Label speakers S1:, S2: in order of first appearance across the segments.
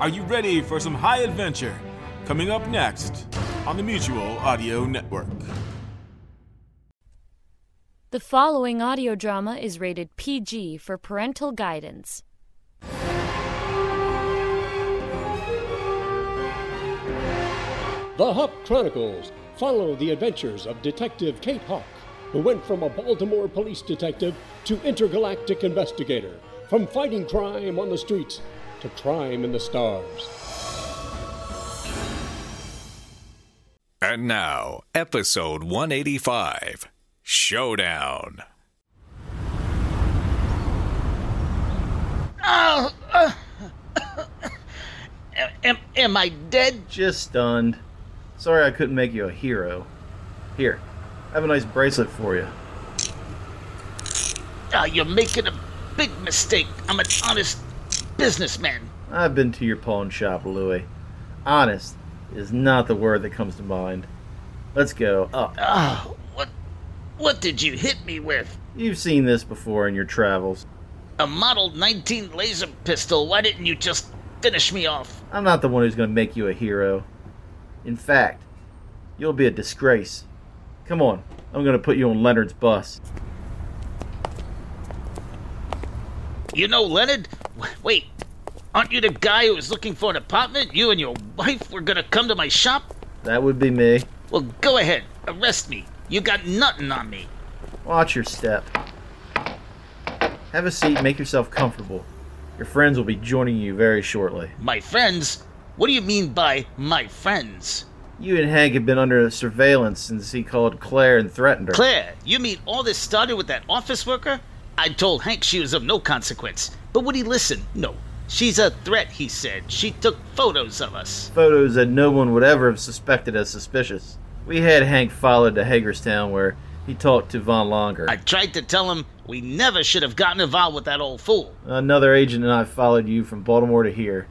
S1: Are you ready for some high adventure? Coming up next on the Mutual Audio Network.
S2: The following audio drama is rated PG for parental guidance.
S3: The Hawk Chronicles follow the adventures of Detective Kate Hawk, who went from a Baltimore police detective to intergalactic investigator, from fighting crime on the streets to crime in the stars.
S4: And now, episode 185 Showdown.
S5: Oh, uh, am, am, am I dead?
S6: Just stunned. Sorry I couldn't make you a hero. Here, have a nice bracelet for you.
S5: Ah, you're making a big mistake. I'm an honest businessman.
S6: I've been to your pawn shop, Louis. Honest is not the word that comes to mind. Let's go up.
S5: Oh, what, what did you hit me with?
S6: You've seen this before in your travels.
S5: A Model 19 laser pistol. Why didn't you just finish me off?
S6: I'm not the one who's going to make you a hero. In fact, you'll be a disgrace. Come on, I'm going to put you on Leonard's bus.
S5: You know, Leonard? w- Wait, aren't you the guy who was looking for an apartment? You and your wife were gonna come to my shop?
S6: That would be me.
S5: Well, go ahead, arrest me. You got nothing on me.
S6: Watch your step. Have a seat, make yourself comfortable. Your friends will be joining you very shortly.
S5: My friends? What do you mean by my friends?
S6: You and Hank have been under surveillance since he called Claire and threatened her.
S5: Claire, you mean all this started with that office worker? I told Hank she was of no consequence, but would he listen? No. She's a threat, he said. She took photos of us.
S6: photos that no one would ever have suspected as suspicious. We had Hank followed to Hagerstown where he talked to Von Longer.
S5: I tried to tell him we never should have gotten involved with that old fool.
S6: Another agent and I followed you from Baltimore to here.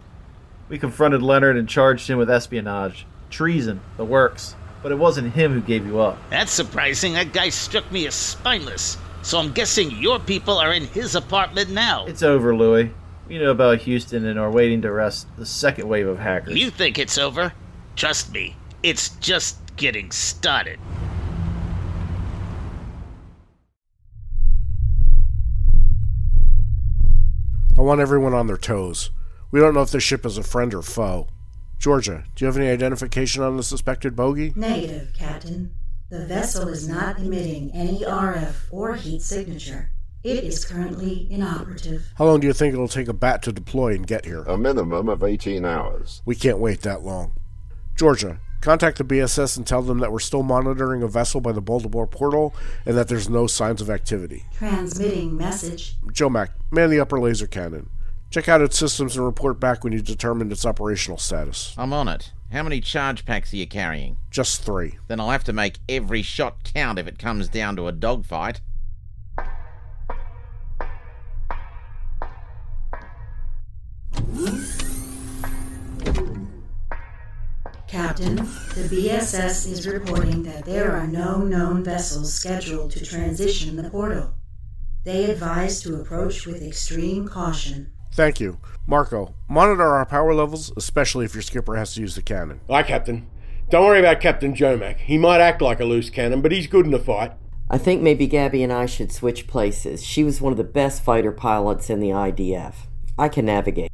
S6: We confronted Leonard and charged him with espionage, treason, the works. But it wasn't him who gave you up.
S5: That's surprising. That guy struck me as spineless. So I'm guessing your people are in his apartment now.
S6: It's over, Louis. We know about Houston and are waiting to arrest the second wave of hackers.
S5: You think it's over? Trust me, it's just getting started.
S7: I want everyone on their toes. We don't know if this ship is a friend or foe. Georgia, do you have any identification on the suspected bogey?
S8: Negative, Captain. The vessel is not emitting any RF or heat signature. It is currently inoperative.
S7: How long do you think it'll take a bat to deploy and get here?
S9: A minimum of 18 hours.
S7: We can't wait that long. Georgia, contact the BSS and tell them that we're still monitoring a vessel by the Baltimore portal and that there's no signs of activity.
S8: Transmitting message.
S7: Joe Mac, man the upper laser cannon. Check out its systems and report back when you determined its operational status.
S10: I'm on it. How many charge packs are you carrying?
S7: Just three.
S10: Then I'll have to make every shot count if it comes down to a dogfight.
S8: Captain, the BSS is reporting that there are no known vessels scheduled to transition the portal. They advise to approach with extreme caution.
S7: Thank you. Marco, monitor our power levels, especially if your skipper has to use the cannon.
S11: Aye, Captain. Don't worry about Captain Jomac. He might act like a loose cannon, but he's good in a fight.
S12: I think maybe Gabby and I should switch places. She was one of the best fighter pilots in the IDF. I can navigate.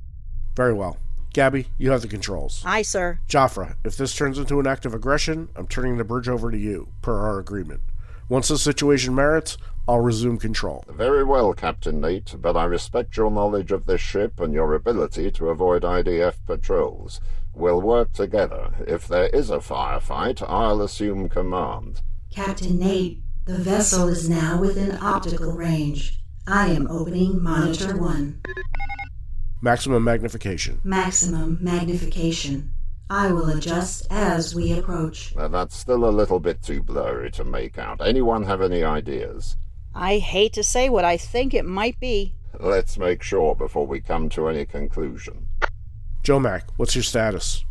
S7: Very well. Gabby, you have the controls.
S13: Aye, sir.
S7: Jafra, if this turns into an act of aggression, I'm turning the bridge over to you, per our agreement. Once the situation merits, I'll resume control.
S9: Very well, Captain Nate, but I respect your knowledge of this ship and your ability to avoid IDF patrols. We'll work together. If there is a firefight, I'll assume command.
S8: Captain Nate, the vessel is now within optical range. I am opening Monitor 1.
S7: Maximum magnification.
S8: Maximum magnification. I will adjust as we approach.
S9: Now, that's still a little bit too blurry to make out. Anyone have any ideas?
S13: I hate to say what I think it might be.
S9: Let's make sure before we come to any conclusion.
S7: Joe Mac, what's your status?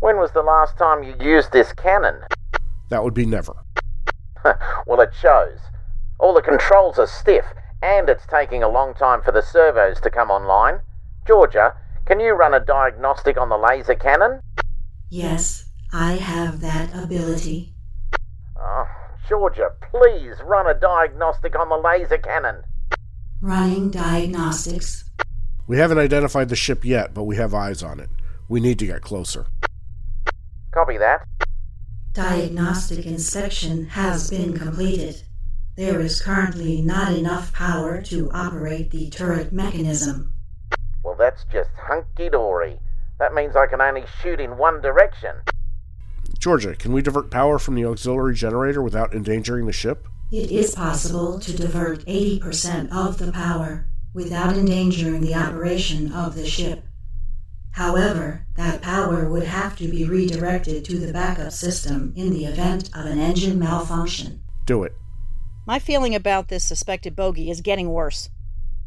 S14: When was the last time you used this cannon?
S7: That would be never.
S14: well, it shows. All the controls are stiff, and it's taking a long time for the servos to come online. Georgia, can you run a diagnostic on the laser cannon?
S8: Yes, I have that ability.
S14: Oh, Georgia, please run a diagnostic on the laser cannon.
S8: Running diagnostics.
S7: We haven't identified the ship yet, but we have eyes on it. We need to get closer.
S14: Copy that.
S8: Diagnostic inspection has been completed. There is currently not enough power to operate the turret mechanism.
S14: Well, that's just hunky dory. That means I can only shoot in one direction.
S7: Georgia, can we divert power from the auxiliary generator without endangering the ship?
S8: It is possible to divert 80% of the power without endangering the operation of the ship. However, that power would have to be redirected to the backup system in the event of an engine malfunction.
S7: Do it.
S13: My feeling about this suspected bogey is getting worse.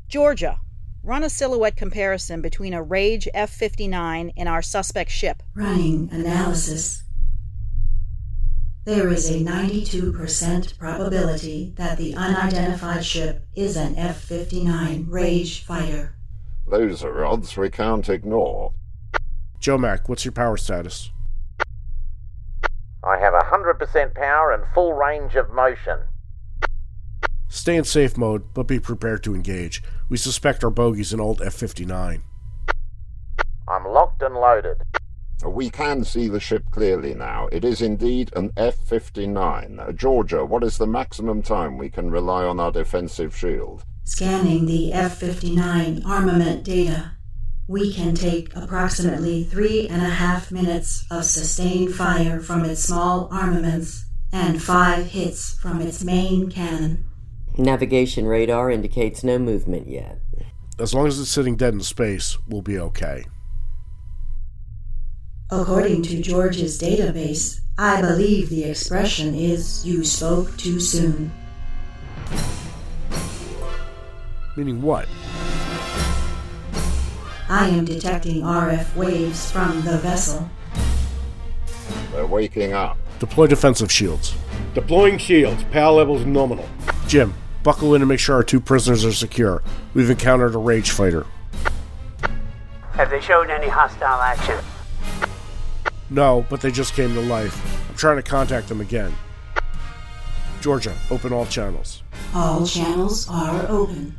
S13: Georgia, run a silhouette comparison between a Rage F 59 and our suspect ship.
S8: Running analysis. There is a 92% probability that the unidentified ship is an F 59 Rage fighter.
S9: Those are odds we can't ignore.
S7: Joe Mac, what's your power status?
S14: I have 100% power and full range of motion.
S7: Stay in safe mode, but be prepared to engage. We suspect our bogey's an old F 59.
S14: I'm locked and loaded.
S9: We can see the ship clearly now. It is indeed an F 59. Georgia, what is the maximum time we can rely on our defensive shield?
S8: Scanning the F 59 armament data, we can take approximately three and a half minutes of sustained fire from its small armaments and five hits from its main cannon.
S12: Navigation radar indicates no movement yet.
S7: As long as it's sitting dead in space, we'll be okay.
S8: According to George's database, I believe the expression is you spoke too soon.
S7: Meaning what?
S8: I am detecting RF waves from the vessel.
S9: They're waking up.
S7: Deploy defensive shields.
S11: Deploying shields. Power levels nominal.
S7: Jim, buckle in and make sure our two prisoners are secure. We've encountered a rage fighter.
S15: Have they shown any hostile action?
S7: No, but they just came to life. I'm trying to contact them again. Georgia, open all channels.
S8: All channels are open.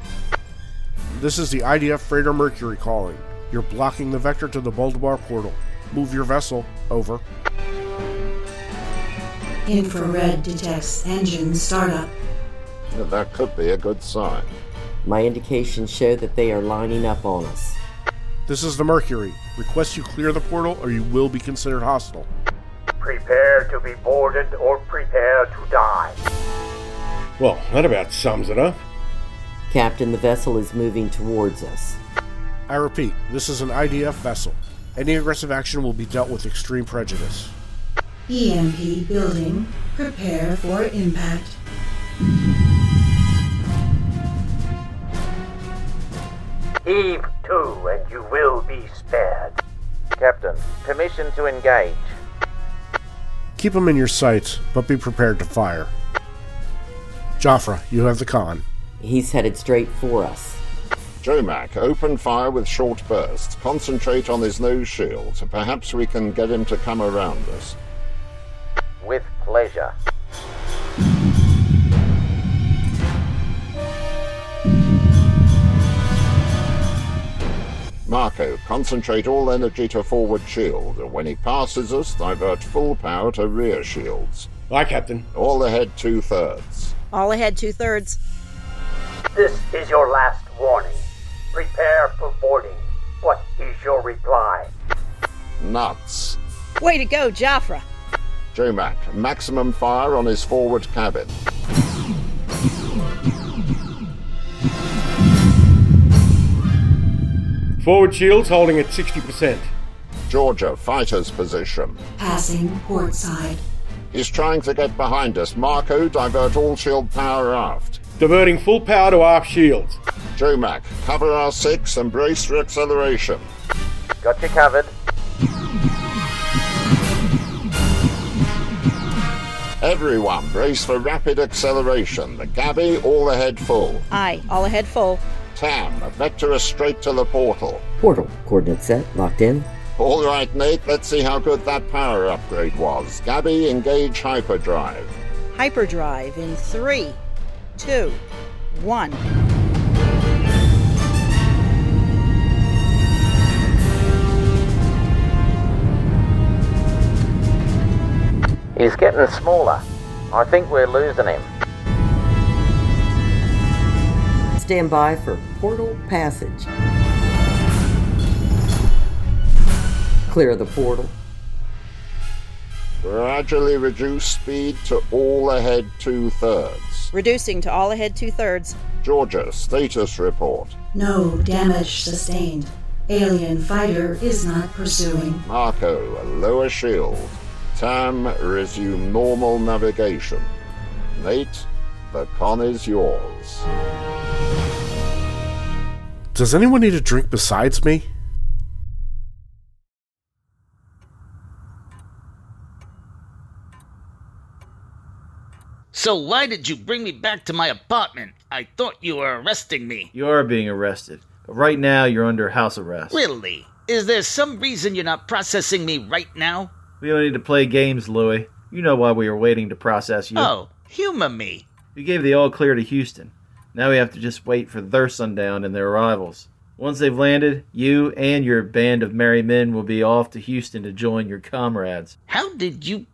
S7: This is the IDF freighter Mercury calling. You're blocking the vector to the Boldabar portal. Move your vessel. Over.
S8: Infrared detects engine startup.
S9: That could be a good sign.
S12: My indications show that they are lining up on us.
S7: This is the Mercury. Request you clear the portal or you will be considered hostile.
S15: Prepare to be boarded or prepare to die.
S11: Well, that about sums it up.
S12: Captain, the vessel is moving towards us.
S7: I repeat, this is an IDF vessel. Any aggressive action will be dealt with extreme prejudice.
S8: EMP E building. Prepare for impact.
S15: Heave to, and you will be spared.
S14: Captain, permission to engage.
S7: Keep them in your sights, but be prepared to fire. Joffre, you have the con.
S12: He's headed straight for us.
S9: Jomac, open fire with short bursts. Concentrate on his nose shield. Perhaps we can get him to come around us.
S14: With pleasure.
S9: Marco, concentrate all energy to forward shield. When he passes us, divert full power to rear shields.
S11: Aye, Captain.
S9: All ahead two thirds.
S13: All ahead two thirds.
S15: This is your last warning. Prepare for boarding. What is your reply?
S9: Nuts.
S13: Way to go, Jafra.
S9: Jomac, maximum fire on his forward cabin.
S11: Forward shields holding at 60%.
S9: Georgia, fighter's position.
S8: Passing port side.
S9: He's trying to get behind us. Marco, divert all shield power aft.
S11: Diverting full power to aft shields.
S9: Jomac, cover R6 and brace for acceleration.
S14: Got you covered.
S9: Everyone, brace for rapid acceleration. The Gabby, all ahead full.
S13: Aye, all ahead full.
S9: Tam, vector us straight to the portal.
S12: Portal coordinate set locked in.
S9: All right, Nate, let's see how good that power upgrade was. Gabby, engage hyperdrive.
S13: Hyperdrive in three, two, one.
S14: He's getting smaller. I think we're losing him.
S12: Stand by for portal passage. Clear the portal.
S9: Gradually reduce speed to all ahead two thirds.
S13: Reducing to all ahead two thirds.
S9: Georgia, status report.
S8: No damage sustained. Alien fighter is not pursuing.
S9: Marco, lower shield. Tam, resume normal navigation. Nate, the con is yours.
S7: Does anyone need a drink besides me?
S5: So why did you bring me back to my apartment? I thought you were arresting me.
S6: You are being arrested, but right now you're under house arrest.
S5: Really? Is there some reason you're not processing me right now?
S6: We don't need to play games, Louie. You know why we were waiting to process you.
S5: Oh, humor me.
S6: We gave the all clear to Houston. Now we have to just wait for their sundown and their arrivals. Once they've landed, you and your band of merry men will be off to Houston to join your comrades.
S5: How did you.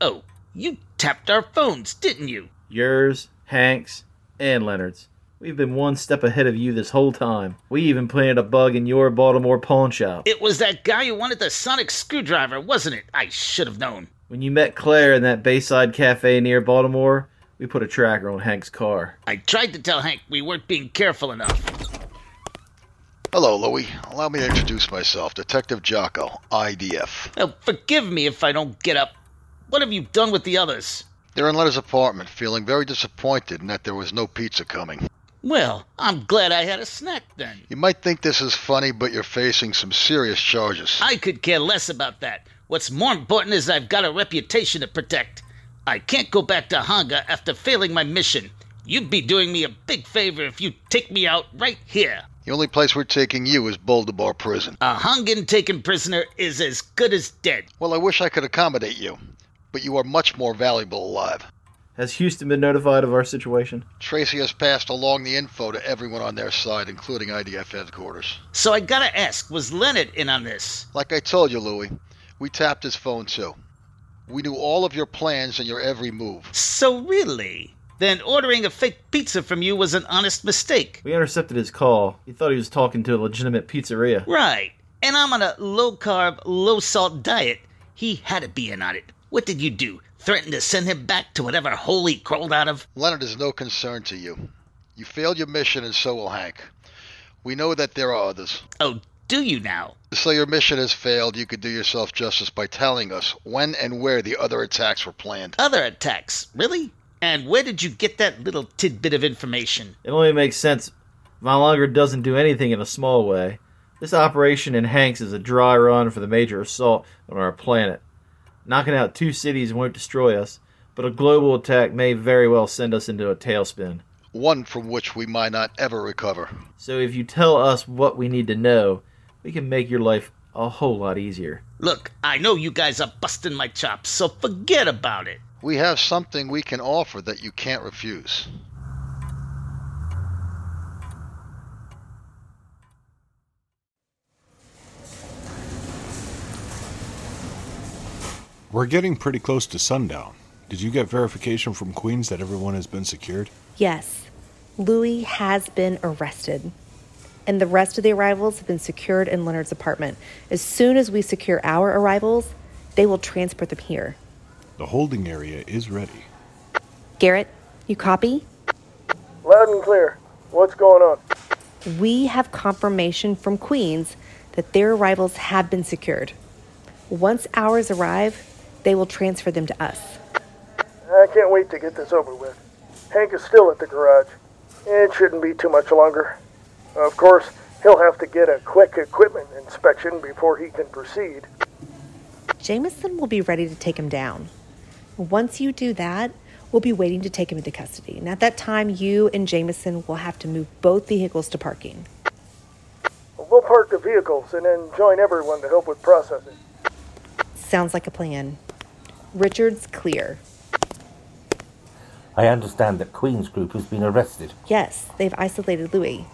S5: Oh, you tapped our phones, didn't you?
S6: Yours, Hank's, and Leonard's. We've been one step ahead of you this whole time. We even planted a bug in your Baltimore pawn shop.
S5: It was that guy who wanted the sonic screwdriver, wasn't it? I should have known.
S6: When you met Claire in that Bayside Cafe near Baltimore, we put a tracker on Hank's car.
S5: I tried to tell Hank we weren't being careful enough.
S16: Hello, Louie. Allow me to introduce myself, Detective Jocko, IDF.
S5: Oh, forgive me if I don't get up. What have you done with the others?
S16: They're in Letta's apartment, feeling very disappointed in that there was no pizza coming.
S5: Well, I'm glad I had a snack then.
S16: You might think this is funny, but you're facing some serious charges.
S5: I could care less about that. What's more important is I've got a reputation to protect. I can't go back to Hanga after failing my mission. You'd be doing me a big favor if you take me out right here.
S16: The only place we're taking you is Boldabar Prison.
S5: A Hungan taken prisoner is as good as dead.
S16: Well, I wish I could accommodate you, but you are much more valuable alive.
S6: Has Houston been notified of our situation?
S16: Tracy has passed along the info to everyone on their side, including IDF headquarters.
S5: So I gotta ask, was Leonard in on this?
S16: Like I told you, Louie, we tapped his phone too. We knew all of your plans and your every move.
S5: So really? Then ordering a fake pizza from you was an honest mistake.
S6: We intercepted his call. He thought he was talking to a legitimate pizzeria.
S5: Right. And I'm on a low carb, low salt diet. He had to be in on it. What did you do? Threaten to send him back to whatever hole he crawled out of?
S16: Leonard is no concern to you. You failed your mission, and so will Hank. We know that there are others.
S5: Oh, do you now?
S16: So your mission has failed. You could do yourself justice by telling us when and where the other attacks were planned.
S5: Other attacks? Really? And where did you get that little tidbit of information?
S6: It only makes sense. Malanger doesn't do anything in a small way. This operation in Hanks is a dry run for the major assault on our planet. Knocking out two cities won't destroy us, but a global attack may very well send us into a tailspin.
S16: One from which we might not ever recover.
S6: So if you tell us what we need to know, we can make your life a whole lot easier.
S5: Look, I know you guys are busting my chops, so forget about it.
S16: We have something we can offer that you can't refuse.
S17: We're getting pretty close to sundown. Did you get verification from Queens that everyone has been secured?
S18: Yes. Louis has been arrested. And the rest of the arrivals have been secured in Leonard's apartment. As soon as we secure our arrivals, they will transport them here.
S17: The holding area is ready.
S18: Garrett, you copy?
S19: Loud and clear. What's going on?
S18: we have confirmation from Queens that their arrivals have been secured. Once ours arrive, they will transfer them to us.
S20: I can't wait to get this over with. Hank is still at the garage. It shouldn't be too much longer. Of course, he'll have to get a quick equipment inspection before he can proceed.
S18: Jameson will be ready to take him down. Once you do that, we'll be waiting to take him into custody. And at that time, you and Jameson will have to move both vehicles to parking.
S20: We'll park the vehicles and then join everyone to help with processing.
S18: Sounds like a plan. Richard's clear.
S21: I understand that Queen's group has been arrested.
S18: Yes, they've isolated Louis.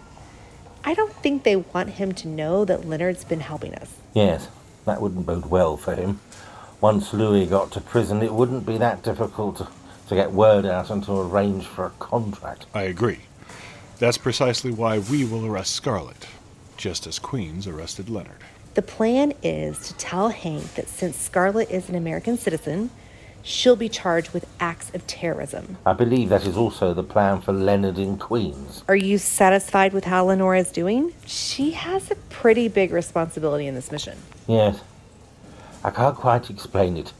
S18: I don't think they want him to know that Leonard's been helping us.
S21: Yes, that wouldn't bode well for him. Once Louis got to prison, it wouldn't be that difficult to, to get word out and to arrange for a contract.
S17: I agree. That's precisely why we will arrest Scarlet, just as Queens arrested Leonard.
S18: The plan is to tell Hank that since Scarlett is an American citizen, she'll be charged with acts of terrorism.
S21: I believe that is also the plan for Leonard in Queens.
S18: Are you satisfied with how Lenora is doing? She has a pretty big responsibility in this mission.
S21: Yes. I can't quite explain it,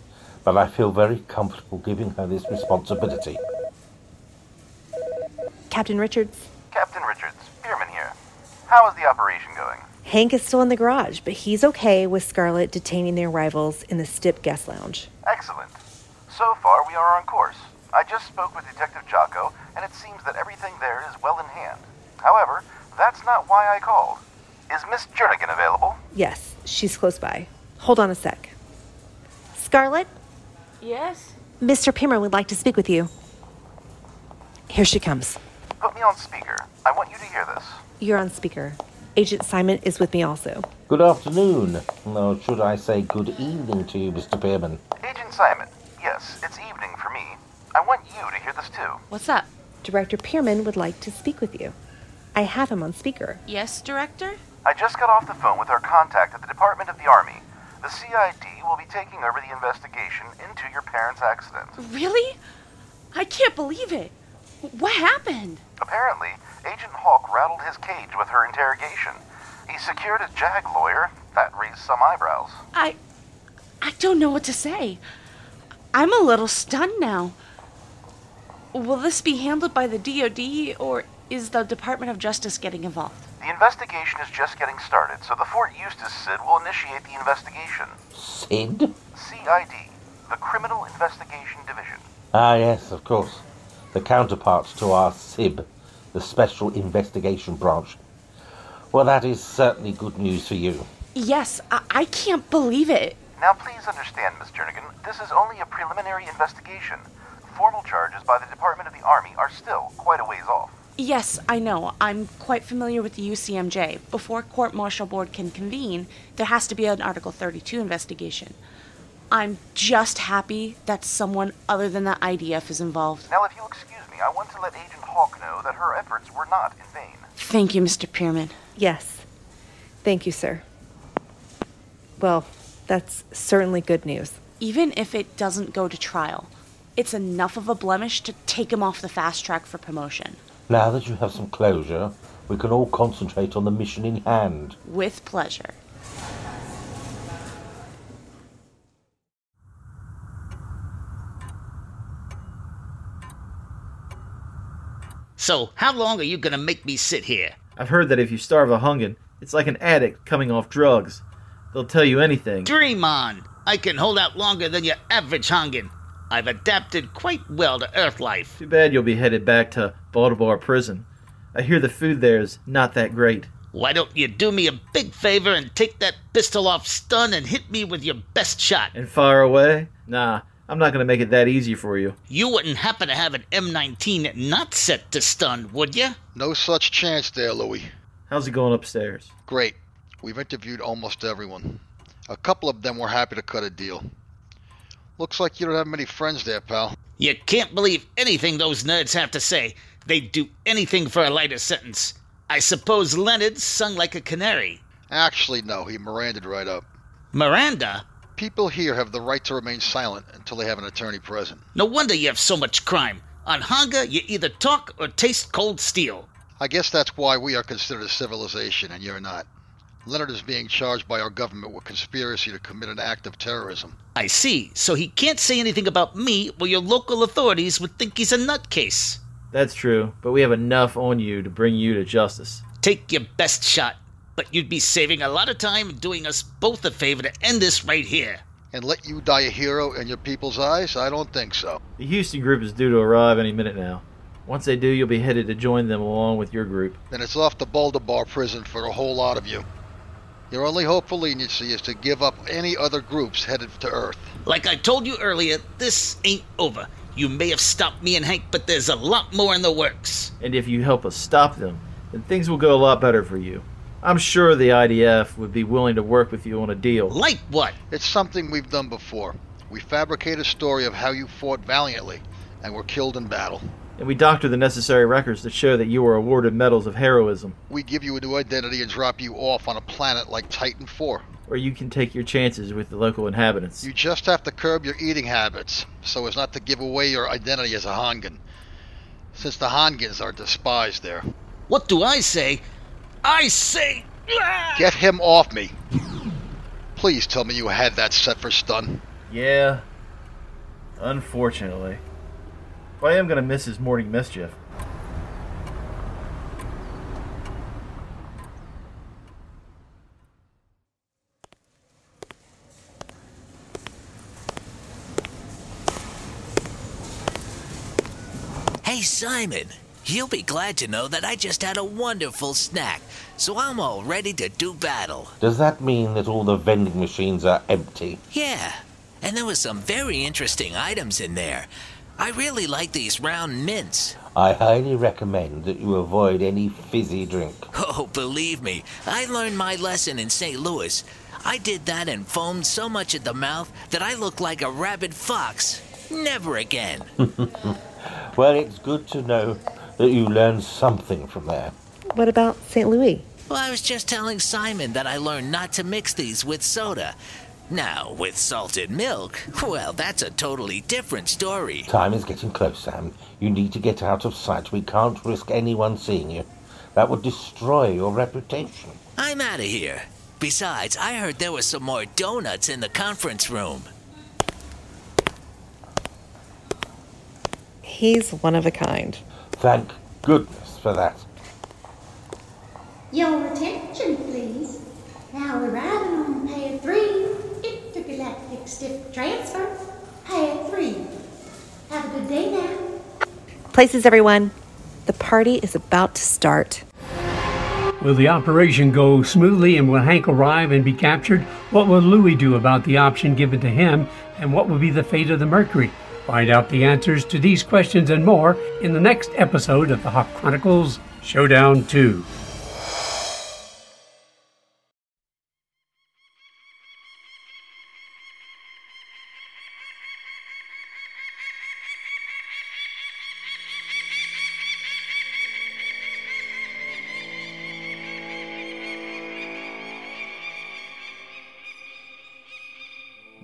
S21: but I feel very comfortable giving her this responsibility.
S18: Captain Richards,
S19: Captain Richards, Spearman here. How is the operation going?
S18: Hank is still in the garage, but he's okay with Scarlett detaining their rivals in the Stip guest lounge.
S19: Excellent. So far, we are on course. I just spoke with Detective Jocko, and it seems that everything there is well in hand. However, that's not why I called. Is Miss Jernigan available?
S18: Yes, she's close by. Hold on a sec. Scarlett,
S22: Yes?
S18: Mr. Pimmer would like to speak with you. Here she comes.
S19: Put me on speaker. I want you to hear this.
S18: You're on speaker. Agent Simon is with me also.
S21: Good afternoon, or should I say good evening to you, Mr. Pearman.
S19: Agent Simon, yes, it's evening for me. I want you to hear this too.
S22: What's up?
S18: Director Pierman would like to speak with you. I have him on speaker.
S22: Yes, Director?
S19: I just got off the phone with our contact at the Department of the Army. The CID will be taking over the investigation into your parents' accident.
S22: Really? I can't believe it. What happened?
S19: Apparently, Agent Hawk rattled his cage with her interrogation. He secured a JAG lawyer. That raised some eyebrows.
S22: I. I don't know what to say. I'm a little stunned now. Will this be handled by the DoD, or is the Department of Justice getting involved?
S19: The investigation is just getting started, so the Fort Eustis CID will initiate the investigation.
S21: Sid?
S19: CID, the Criminal Investigation Division.
S21: Ah, yes, of course. The counterpart to our SIB, the Special Investigation Branch. Well, that is certainly good news for you.
S22: Yes, I, I can't believe it.
S19: Now, please understand, Miss Jernigan, this is only a preliminary investigation. Formal charges by the Department of the Army are still quite a ways off.
S22: Yes, I know. I'm quite familiar with the UCMJ. Before court martial board can convene, there has to be an Article 32 investigation. I'm just happy that someone other than the IDF is involved.
S19: Now, if you'll excuse me, I want to let Agent Hawk know that her efforts were not in vain.
S22: Thank you, Mr. Pierman.
S18: Yes. Thank you, sir. Well, that's certainly good news.
S22: Even if it doesn't go to trial, it's enough of a blemish to take him off the fast track for promotion.
S21: Now that you have some closure, we can all concentrate on the mission in hand.
S22: With pleasure.
S5: So, how long are you gonna make me sit here?
S6: I've heard that if you starve a hungan, it's like an addict coming off drugs. They'll tell you anything.
S5: Dream on! I can hold out longer than your average Hongan. I've adapted quite well to Earth life.
S6: Too bad you'll be headed back to Baltimore prison. I hear the food there is not that great.
S5: Why don't you do me a big favor and take that pistol off stun and hit me with your best shot?
S6: And far away? Nah, I'm not gonna make it that easy for you.
S5: You wouldn't happen to have an M19 not set to stun, would you?
S16: No such chance there, Louis.
S6: How's it going upstairs?
S16: Great. We've interviewed almost everyone. A couple of them were happy to cut a deal. Looks like you don't have many friends there, pal.
S5: You can't believe anything those nerds have to say. They'd do anything for a lighter sentence. I suppose Leonard sung like a canary.
S16: Actually, no, he Miranda'd right up.
S5: Miranda?
S16: People here have the right to remain silent until they have an attorney present.
S5: No wonder you have so much crime. On Honga, you either talk or taste cold steel.
S16: I guess that's why we are considered a civilization and you're not. Leonard is being charged by our government with conspiracy to commit an act of terrorism.
S5: I see. So he can't say anything about me, or your local authorities would think he's a nutcase.
S6: That's true, but we have enough on you to bring you to justice.
S5: Take your best shot, but you'd be saving a lot of time and doing us both a favor to end this right here.
S16: And let you die a hero in your people's eyes? I don't think so.
S6: The Houston group is due to arrive any minute now. Once they do, you'll be headed to join them along with your group.
S16: Then it's off to Baldabar prison for a whole lot of you. Your only hope for leniency is to give up any other groups headed to Earth.
S5: Like I told you earlier, this ain't over. You may have stopped me and Hank, but there's a lot more in the works.
S6: And if you help us stop them, then things will go a lot better for you. I'm sure the IDF would be willing to work with you on a deal.
S5: Like what?
S16: It's something we've done before. We fabricate a story of how you fought valiantly and were killed in battle.
S6: And we doctor the necessary records to show that you were awarded medals of heroism.
S16: We give you a new identity and drop you off on a planet like Titan 4.
S6: Or you can take your chances with the local inhabitants.
S16: You just have to curb your eating habits so as not to give away your identity as a Hongan, since the Hongans are despised there.
S5: What do I say? I say. ah!
S16: Get him off me. Please tell me you had that set for stun.
S6: Yeah. Unfortunately. But I am going to miss his morning mischief.
S23: Hey, Simon. You'll be glad to know that I just had a wonderful snack, so I'm all ready to do battle.
S21: Does that mean that all the vending machines are empty?
S23: Yeah, and there was some very interesting items in there. I really like these round mints.
S21: I highly recommend that you avoid any fizzy drink.
S23: Oh, believe me, I learned my lesson in St. Louis. I did that and foamed so much at the mouth that I looked like a rabid fox. Never again.
S21: Well, it's good to know that you learned something from there.
S18: What about St. Louis?
S23: Well, I was just telling Simon that I learned not to mix these with soda. Now, with salted milk, well, that's a totally different story.
S21: Time is getting close, Sam. You need to get out of sight. We can't risk anyone seeing you. That would destroy your reputation.
S23: I'm out of here. Besides, I heard there were some more donuts in the conference room.
S18: He's one of a kind.
S21: Thank goodness for that.
S24: Your attention, please. Now arriving on pad three, intergalactic stiff transfer, pad three. Have a good day now.
S18: Places, everyone. The party is about to start.
S1: Will the operation go smoothly and will Hank arrive and be captured? What will Louis do about the option given to him? And what will be the fate of the Mercury? Find out the answers to these questions and more in the next episode of the Hawk Chronicles Showdown 2.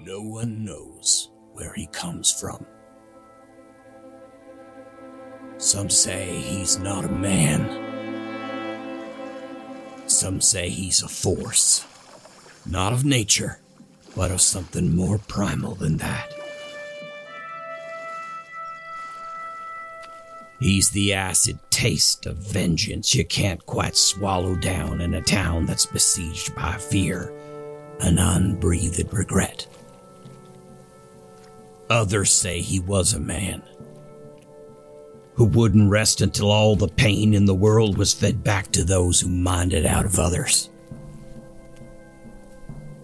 S2: No one knows where he comes from. Some say he's not a man. Some say he's a force. Not of nature, but of something more primal than that. He's the acid taste of vengeance you can't quite swallow down in a town that's besieged by fear and unbreathed regret. Others say he was a man who wouldn't rest until all the pain in the world was fed back to those who mined it out of others.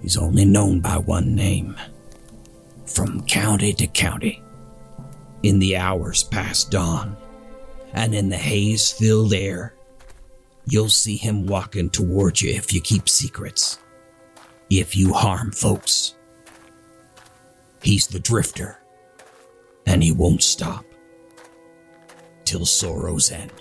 S2: He's only known by one name from county to county. In the hours past dawn and in the haze filled air, you'll see him walking toward you if you keep secrets, if you harm folks. He's the drifter, and he won't stop till sorrow's end.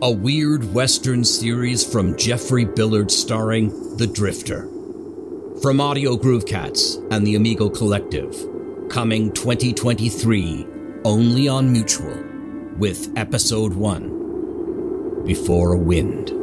S2: A weird Western series from Jeffrey Billard starring The Drifter. From Audio Groovecats and the Amigo Collective. Coming 2023, only on Mutual, with Episode 1 Before a Wind.